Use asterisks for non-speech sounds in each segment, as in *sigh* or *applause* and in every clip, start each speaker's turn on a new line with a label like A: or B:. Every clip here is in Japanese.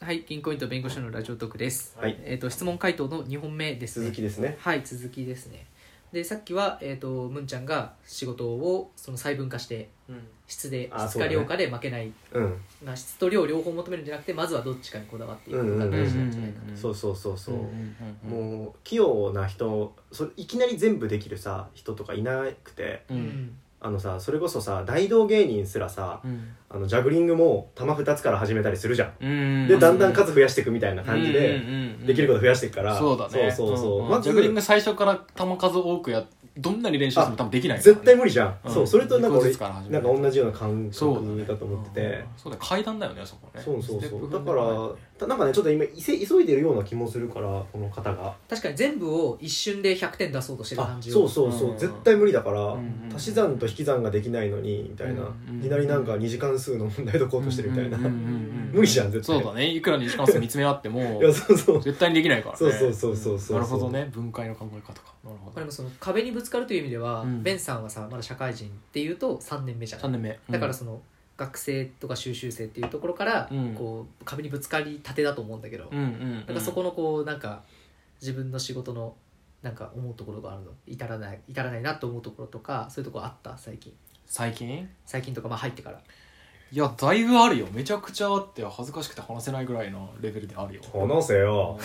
A: はい、銀行員と弁護士のラジオトークです。
B: はい
A: えっ、と質問回答の2本目です、ね。
B: 続きですね
A: はい、続きですね。で、さっきはえっ、とムンちゃんが仕事をその細分化して
C: うん
A: 質で
B: あ
A: 質
B: そう
A: か
B: だね
A: 量かで負けない、
B: うん
A: まあ質と量両方求めるんじゃなくて、まずはどっちかにこだわっていくのが大事なんじゃないかな。
C: うん
B: そうそうそうそう、
C: んうんうん
B: もう器用な人それいきなり全部できるさ人とかいなくて
C: う
A: うんん
B: あのさそれこそさ大道芸人すらさ
C: うん
B: あのジャグリングも玉2つから始めたりするじゃん、
C: うん
B: でだんだん数増やしていくみたいな感じで、できることと増やしていくから、
C: そうだね
B: そうそうそう、
C: んん
B: まず
C: ジャグリング最初から球数多くやどんなに練習しても多分できないからね
B: 絶対無理じゃん、
C: うん
B: そうそれとなんか
C: 一個
B: 俺
C: ずつら始
B: な
C: め
B: ん
C: る
B: か同じような感
C: そうだね
B: 覚だと思ってて、
C: うんそうだよ階段だよねそこね
B: そうそう
C: ステ
B: そ
C: ップ
B: う
C: 踏
B: だ
C: ん
B: か
C: で
B: ら
C: も
B: たなんかねちょっと今いせ急いでるような気もするからこの方が
A: 確かに全部を一瞬で100点出そうとしてる
B: あ
A: 感じを。
B: そうそうそう、
C: うん
B: 絶対無理だから、
C: んうん
B: 足し算と引き算ができないのにみたいな、
C: うん
B: いきなりなんか二次関数の問題解こうとしてるみたいな、
C: うんうんうんうん
B: 無理じゃん絶対
C: そうだねいくらに時間数見つめ合っても
B: いやそうそう
C: 絶対にできないからね
B: そうそうそうそうそう
C: なるほどね分解の考え方かなるほ
A: まあで
C: ど
A: もその壁にぶつかるという意味では、
C: うん
A: ベンさんはさまだ社会人っていうと3年目じゃん
C: 3年目
A: だからその学生とか修習生っていうところから、
C: うん
A: こう壁にぶつかりたてだと思うんだけど、
C: うんうんうん
A: なんかそこのこうなんか自分の仕事のなんか思うところがあるの至らない至らないなと思うところとかそういうところあった最近
C: 最近
A: 最近とかまあ入ってから
C: いやだいぶあるよめちゃくちゃあって恥ずかしくて話せないぐらいのレベルであるよ
B: 話せよ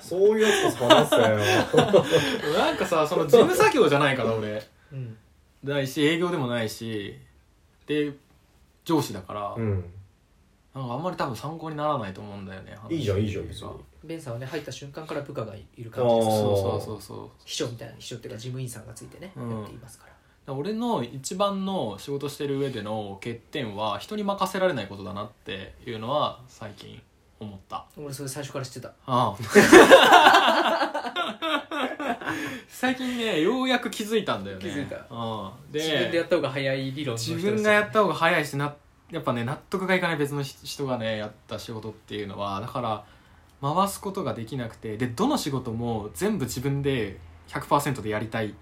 B: そういうやつこそ話せ
C: *laughs*
B: よ
C: *laughs* なんかさその事務作業じゃないから俺
A: うん
C: ないし営業でもないしで上司だから、
B: うん
C: なんかあんまり多分参考にならないと思うんだよね
B: いいじゃんいいじゃん
C: 話
B: 別
C: と
B: に
C: うか
A: ベンさんはね入った瞬間から部下がいる感じで
B: あ
A: す
B: ー
C: そうそうそうそう
A: 秘書みたいな秘書っていうか事務員さんがついてね、
C: うん
A: やっていますから
C: だから俺の一番の仕事してる上での欠点は人に任せられないことだなっていうのは最近思った
A: 俺それ最初から知ってた
C: ああ *laughs* 最近ねようやく気づいたんだよね
A: 気づいた
C: うんで
A: 自分でやった方が早い理論の人
C: 自
A: ですよね
C: 分がやった方が早いしなやっぱね納得がいかない別の人人がねやった仕事っていうのはだから回すことができなくてでどの仕事も全部自分で100%でやりたいっ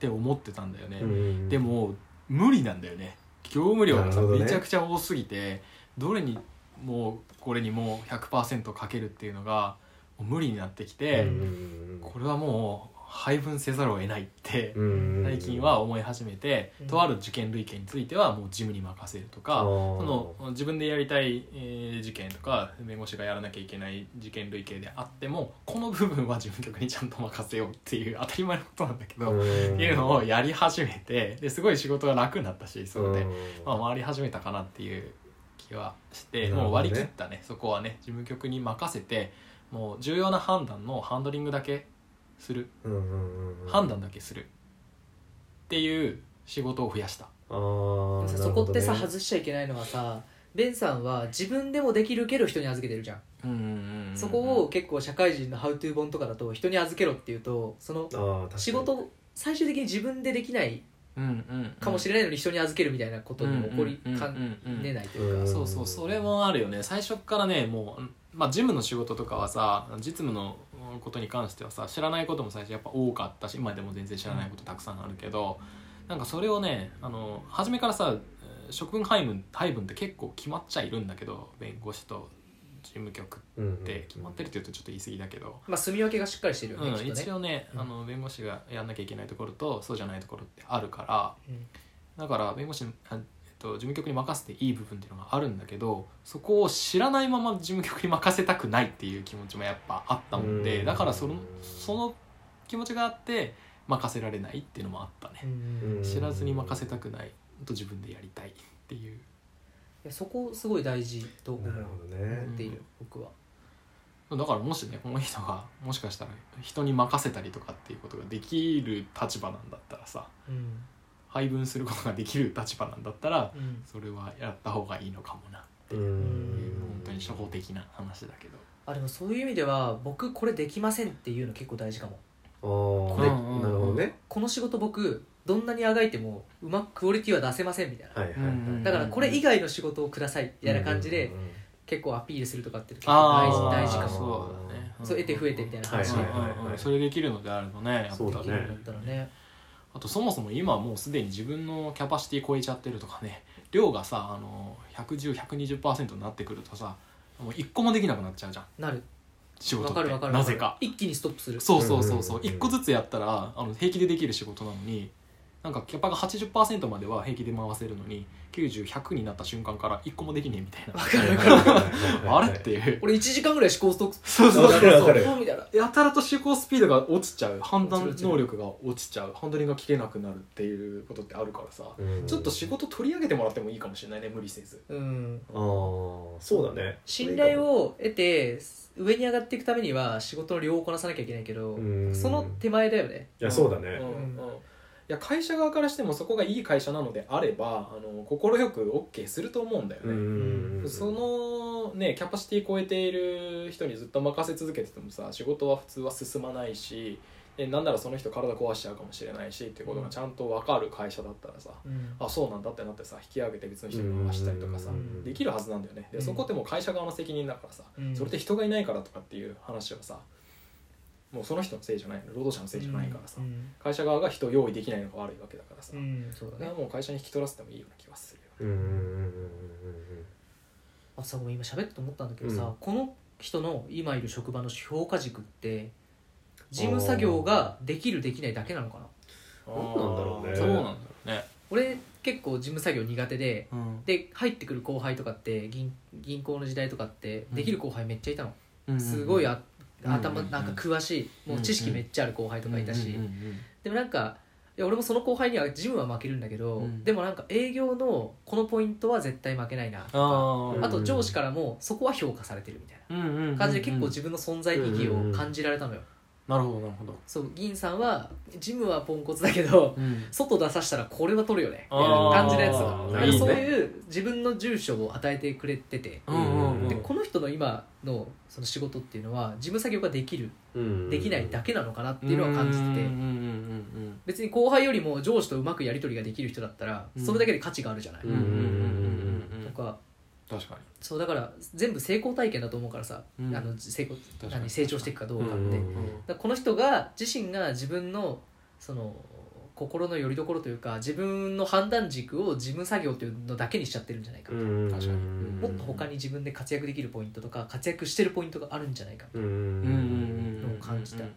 C: て思ってたんだよね、
B: うん
C: でも無理なんだよね業務量が
B: な
C: さ、
B: るほどね
C: めちゃくちゃ多すぎてどれにもうこれにもう100%かけるっていうのがもう無理になってき
B: うん
C: て、これはもう配分せざるを得ないって
B: うん
C: 最近は思い始めて、
A: うん
C: とある受験類型についてはもう事務に任せると
B: あー
C: か、その自分でやりたい、えー事件とか弁護士がやらなきゃいけない事件類型であってもこの部分は事務局にちゃんと任せようっていう当たり前のことなんだけど、っ
B: ん
C: ていうのをやり始めてですごい仕事が楽になったしそれで、
B: ん
C: まあ、回り始めたかなっていう気はし
B: な
C: て、
B: るほどね
C: もう割り切ったねそこはね事務局に任せてもう重要な判断のハンドリングだけする
B: うんうんうん
C: 判断だけするっていう仕事を増やした
B: あー
A: さそこってさ、
B: なるほどね
A: 外しちゃいけないのはさベンさんは自分でもできるけど人に預けてるじゃん、そこを結構社会人のハウトゥー本とかだと人に預けろっていうとその
B: あー確かに
A: 仕事を最終的に自分でできないかもし
C: れ
A: れないのに人に預けるみたいなことにも起こりかね
C: い
A: ないというか、
B: うん
C: そうそうそれもあるよね最初からねもうまあ事務の仕事とかはさ実務のことに関してはさ知らないことも最初やっぱ多かったし今でも全然知らないことたくさんあるけどなんかそれをねあの初めからさ職分配分配分って結構決まっちゃいるんだけど弁護士と事務局って決まってるって言うとちょっと言い過ぎだけど
A: まあ、住み分けがしっかりしてるよね、
C: うん
A: きっとね
C: 一応ね、
A: うん
C: あの弁護士がやんなきゃいけないところとそうじゃないところってあるから
A: うん
C: だから弁護士にあ、えっと、事務局に任せていい部分っていうのがあるんだけどそこを知らないまま事務局に任せたくないっていう気持ちもやっぱあったもんで
B: うん
C: だからそのその気持ちがあって任せられないっていうのもあった
A: う
C: ね、
A: ん
B: うん
C: 知らずに任せたくないと自分でやりたいっていう
A: いやそこすごい大事と思う
B: なるほど
A: 思
B: ね
A: っている、僕は
C: だからもしねこの人がもしかしたら人に任せたりとかっていうことができる立場なんだったらさ
A: うん、
C: 配分することができる立場なんだったら
A: うん、
C: それはやった方がいいのかもな
B: うん
C: 本当に初歩的な話だけど
A: あでもそういう意味では僕これできませんっていうの結構大事かも
B: あー
C: これうんうんうん
B: なるほどね
A: この仕事僕どんなにあがいてもうまくクオリティは出せませんみたいな、
B: はいはいはい
C: うん
A: だからこれ以外の仕事をくださいみたいな感じで
B: うんうんうん
A: 結構アピールするとかって結構大事
C: あー
A: 大事かも
C: そうだね
A: そう得て増えてみたいな話
C: うんう
B: は
C: ん
B: いはいはいはい
C: それできるのであればねやっぱ
B: そうだ
A: できる
B: ね
A: んだったらね
C: あとそもそも今はもうすでに自分のキャパシティ超えちゃってるとかね量がさあの110120%になってくるとさもう一個もできなくなっちゃうじゃん
A: なる
C: 仕
A: わ
C: 事って
A: かるわかる
C: なぜか
A: 一気にストップする
C: そうそうそうそう
B: うんうんうん
C: 一個ずつやったらあの平気でできる仕事なのになんかキャパが80%までは平気で回せるのに90100になった瞬間から一個もできねえみたいな
A: わかるわかる
B: あ
C: あれっていう
A: 俺1時間ぐらい思考ストップ
C: そう
B: そうわかるわかる
A: そうみたいな
C: やたらと思考スピードが落ちちゃう判断
A: 落ちる
C: 能力が落ちちゃうハンドリングが切れなくなるっていうことってあるからさ、ちょっと仕事取り上げてもらってもいいかもしれないね無理せず
A: うん
B: ああそうだね
A: 信頼を得て上に上がっていくためには仕事の量をこなさなきゃいけないけど
B: うん
A: その手前だよね
B: いやそうだね
C: んうんいや会社側からしてもそこがいい会社なのであれば快く OK すると思うんだよ
B: う
C: ね、
B: ん
C: そのねキャパシティ超えている人にずっと任せ続けててもさ仕事は普通は進まないしでなんならその人体壊しちゃうかもしれないしってことがちゃんと分かる会社だったらさ、
A: うん
C: あそうなんだってなってさ引き上げて別の人に回したりとかさ
A: うん
C: できるはずなんだよねで
A: うん
C: そこってもう会社側の責任だからさ、
A: うん
C: それで人がいないからとかっていう話はさもうその人のせいじゃない労働者のせいじゃないからさ、
A: うん
C: 会社側が人を用意できないのが悪いわけだからさ、
A: う
C: こ
A: んそうだ
C: れ
A: ね
C: はもう会社に引き取らせてもいいような気がするよ
B: うんうん
A: あさごめん今喋って思ったんだけどさ、
B: うん
A: この人の今いる職場の評価軸って事務作業ができるできないだけなのかな
B: どうなんだろうね
C: あーそうなんだろうね、
A: 俺結構事務作業苦手で
C: うん
A: で入ってくる後輩とかって銀銀行の時代とかってできる後輩めっちゃいたの、すごいあ頭
C: うんうんうん
A: なんか詳しい、もう知識めっちゃある後輩とかいたし、
C: うんうんうん
A: でもなんかいや俺もその後輩にはジムは負けるんだけど、
C: うん
A: でもなんか営業のこのポイントは絶対負けないなとか
C: あ
A: あと上司からもそこは評価されてるみたいな
C: ーうんうんうん
A: 感じで結構自分の存在意義を感じられたのよ、
C: なるほどなるほど、
A: そう銀さんはジムはポンコツだけど *laughs*
C: うん
A: 外出させたらこれは取るよねみたい
C: あ
A: な
C: ー
A: 感じのやつがなん
B: いい
A: か
B: ね
A: そういう自分の住所を与えてくれてて
C: うんうん
A: でこの人の今のその仕事っていうのは事務作業ができる
B: うん
A: できないだけなのかなっていうのは感じて
C: うんうん
A: て
C: うん
A: 別に後輩よりも上司とうまくやり取りができる人だったら
C: うん
A: それだけで価値があるじゃない、
C: うんうんうんうんうんう
A: と
C: ん
A: か
C: 確か
A: そうだから全部成功体験だと思うからさ、
C: うん
A: あの成功
C: 確かに
A: 何成長していくかどうかって、
B: うんうん
A: だからこの人が自身が自分のその心の拠り所というか自分の判断軸を事務作業というのだけにしちゃってるんじゃないか、
B: うん
C: 確かに
A: もっと他に自分で活躍できるポイントとか活躍してるポイントがあるんじゃないか、
B: うん
C: にうんうん
A: のを感じた
C: うんうん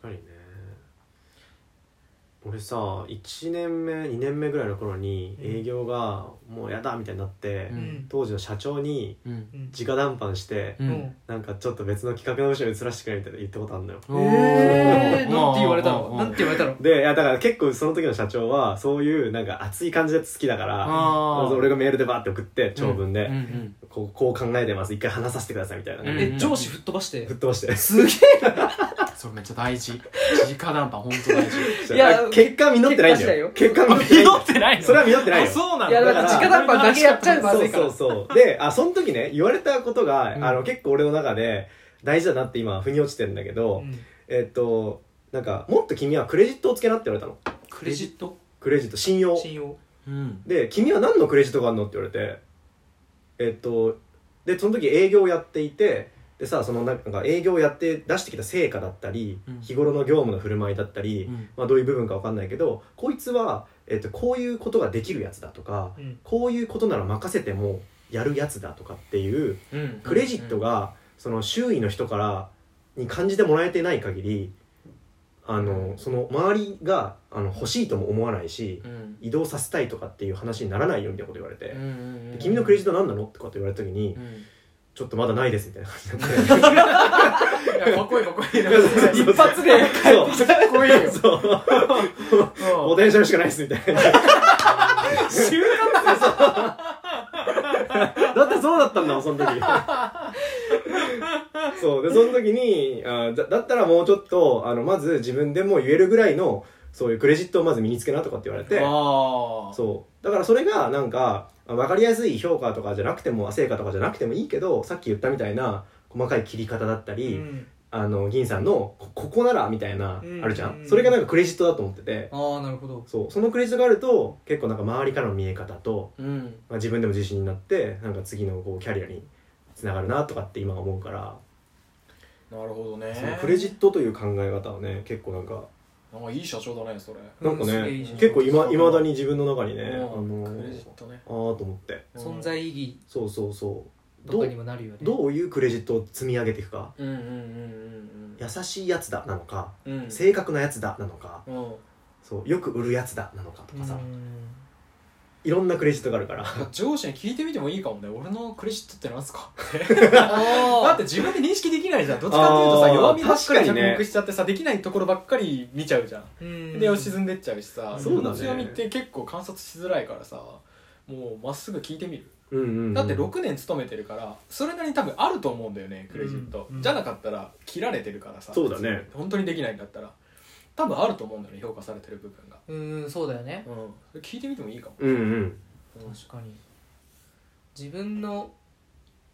B: 確かにね俺さ1年目2年目ぐらいの頃に営業がもうやだみたいになって、
C: うん
B: 当時の社長に
C: うんうん
A: うん
B: 直談判して、
C: うん
A: うん
B: なんかちょっと別の企画の部署に移らしてくれみたいな言ったことあるのよ
C: うん
A: えー、
C: おー
A: なんて言われた
C: おー
A: の
C: おー
A: なんて言われたの
B: でいやだから結構その時の社長はそういうなんか熱い感じで好きだから
C: あー
B: 俺がメールでバーって送って長文で、
C: うんうん
B: こうこう考えてます一回話させてくださいみたいな
C: うん
B: ね、
A: え上司吹っ飛ばして
B: 吹っ飛ばして
A: すげ
C: それめっちゃ大事直談判本当大事
A: いや
B: 結果実ってないんだよ結果実ってない
C: てない
B: それは実ってないよ
C: そうなん
A: いやだ
B: から
A: 直談判だけやっちゃうま
B: そ
A: ず
B: う
A: いか
B: そ
A: ら
B: うそうであその時ね言われたことが、
C: うん
B: あの結構俺の中で大事だなって今腑に落ちてるんだけど、
A: うん
B: えっとなんかもっと君はクレジットをつけなって言われたの
C: クレジット
B: クレジット信用
A: 信用
C: うん
B: で君は何のクレジットがあるのって言われてえっとでその時営業をやっていてでさそのなんか営業をやって出してきた成果だったり、
C: うん
B: 日頃の業務の振る舞いだったり、まあ、どういう部分か分かんないけどこいつは、えっと、こういうことができるやつだとか
A: うん
B: こういうことなら任せてもやるやつだとかっていう
C: うん
B: クレジットがその周囲の人からに感じてもらえてない限りあのその周りがあの欲しいとも思わないし
C: うん
B: 移動させたいとかっていう話にならないよみたいなこと言われて
C: うんう。んう
B: で
C: ん
B: 君のクレジット何なのとかって言われた時に、
C: うん
B: ちょっとまだないですみたいな感じに
C: *laughs*
B: なって
C: いやかっこいいかっこいい
B: *laughs*
C: な
B: そう
A: 一発で
B: そう
C: かっこいいよ
B: そうポテンシャルしかないですみたいな
C: 習慣だ
B: だってそうだったんだもんその
A: *laughs*
B: 時そうでその時にあだだったらもうちょっとあのまず自分でも言えるぐらいのそういうクレジットをまず身につけなとかって言われて
C: ああ
B: そうだからそれがなんか分かりやすい評価とかじゃなくても成果とかじゃなくてもいいけどさっき言ったみたいな細かい切り方だったり、
A: うん
B: あの銀さんのこここならみたいな、
A: うん
B: あるじゃん、
A: うん
B: それがなんかクレジットだと思ってて
A: ああなるほど
B: そうそのクレジットがあると結構なんか周りからの見え方と、
C: うん
B: まあ、自分でも自信になってなんか次のこうキャリアにつながるなとかって今思うから、
C: なるほど
B: その
C: ね
B: クレジットという考え方はね結構なんか
C: なんかいい社長だねそれ
B: なん
A: う
B: かね、
A: んすげえいいじゃん
B: 結構いま未だに自分の中にね、あ
C: うん
B: の
C: クレジ
B: ー
C: ットね
B: ああと思って
A: 存在意義
B: そうそうそう
A: とかにもなるよね
B: どういうクレジットを積み上げていくか
C: うんうんうん
B: 優しいやつだなのか
C: うんうん
B: 正確なやつだなのか
C: うん
B: そうよく売るやつだなのかと
A: う
B: か
A: ん
B: さ、いろんなクレジットがあるから
C: 上司に聞いてみてもいいかもね俺のクレジットってなんすかってだ
A: あ
C: っ
A: ー
C: て自分で認識できないじゃんどっちかっていうとさ
B: あー
C: 弱みばっか
B: 確
C: り
B: かにね
C: 着目しちゃってさできないところばっかり見ちゃうじゃん
A: うん
C: で沈んでっちゃうしさ
A: そうだね
C: 自分の強みって結構観察しづらいからさもうまっすぐ聞いてみる
B: うんうんうん
C: だって6年勤めてるからそれなりに多分あると思うんだよねクレジット、
A: うんうん
C: じゃなかったら切られてるからさ
B: そうだね
C: 本当にできないんだったら多分あると思うんだよね評価されてる部分が、
A: うんそうだよね
C: うん、それ聞いてみてもいいかも、
B: うんうん
A: 確かに自分の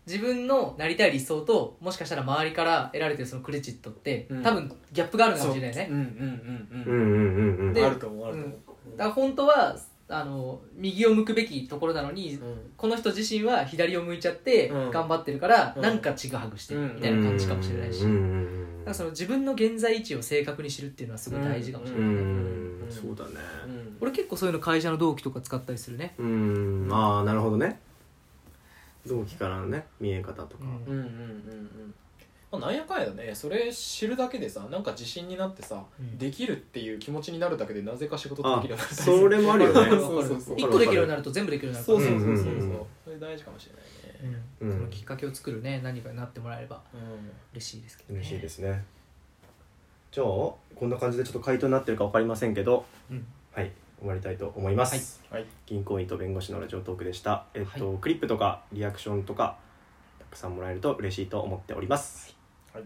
A: 自分のなりたい理想ともしかしたら周りから得られてるそのクレジットって、
C: うん
A: 多分ギャップがあるのか
C: そう
A: もしれないね
C: うんうん
B: う
C: うんうん
B: んうんうんう
A: で
B: ん
C: あると思うあると思う、
A: だから本当はあの右を向くべきところなのに、
C: うん
A: この人自身は左を向いちゃって
C: うん
A: 頑張ってるから、
C: うん
A: なんかちぐはぐしてる
C: うん
A: みたいな感じかもしれないし、
B: うんう
A: だ
B: んうん
A: からその自分の現在位置を正確に知るっていうのはすごい大事かもしれ
B: う
A: ない、
B: ん
C: う
B: うんんそうだね
C: うん
A: 俺結構そういうの会社の同期とか使ったりするね、
B: うんああなるほどね同期からのね見え方とか
A: うん
C: うんうんうんうんまあなんやかんやねそれ知るだけでさなんか自信になってさ、
A: うん
C: できるっていう気持ちになるだけでなぜか仕事ってできるようになったりする
B: それもあるよね
A: *laughs*
C: そうそうそう
A: 一個できるようになると全部できるようになるか
C: そ
A: ら
C: う
A: ね
C: そうそうそ
B: う
C: うそう、
B: んうんうん
C: それ大事かもしれないね、
A: うん
B: うん
A: そのきっかけを作るね何かになってもらえれば
C: うん
A: 嬉しいですけど、ね、
B: 嬉しいですねじゃあこんな感じでちょっと回答になってるか分かりませんけど
A: うん
B: はい終わりたいと思います、
A: はい
C: はい
B: 銀行員と弁護士のラジオトークでした、えっとクリップとかリアクションとかたくさんもらえると嬉しいと思っております、
C: はい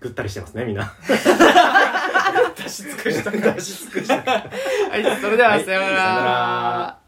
B: ぐったりしてますねみんな
C: 出し尽くした
B: 出し尽くした
A: はい、それでは、
B: はい
A: さような
B: さような
A: ら
B: ら。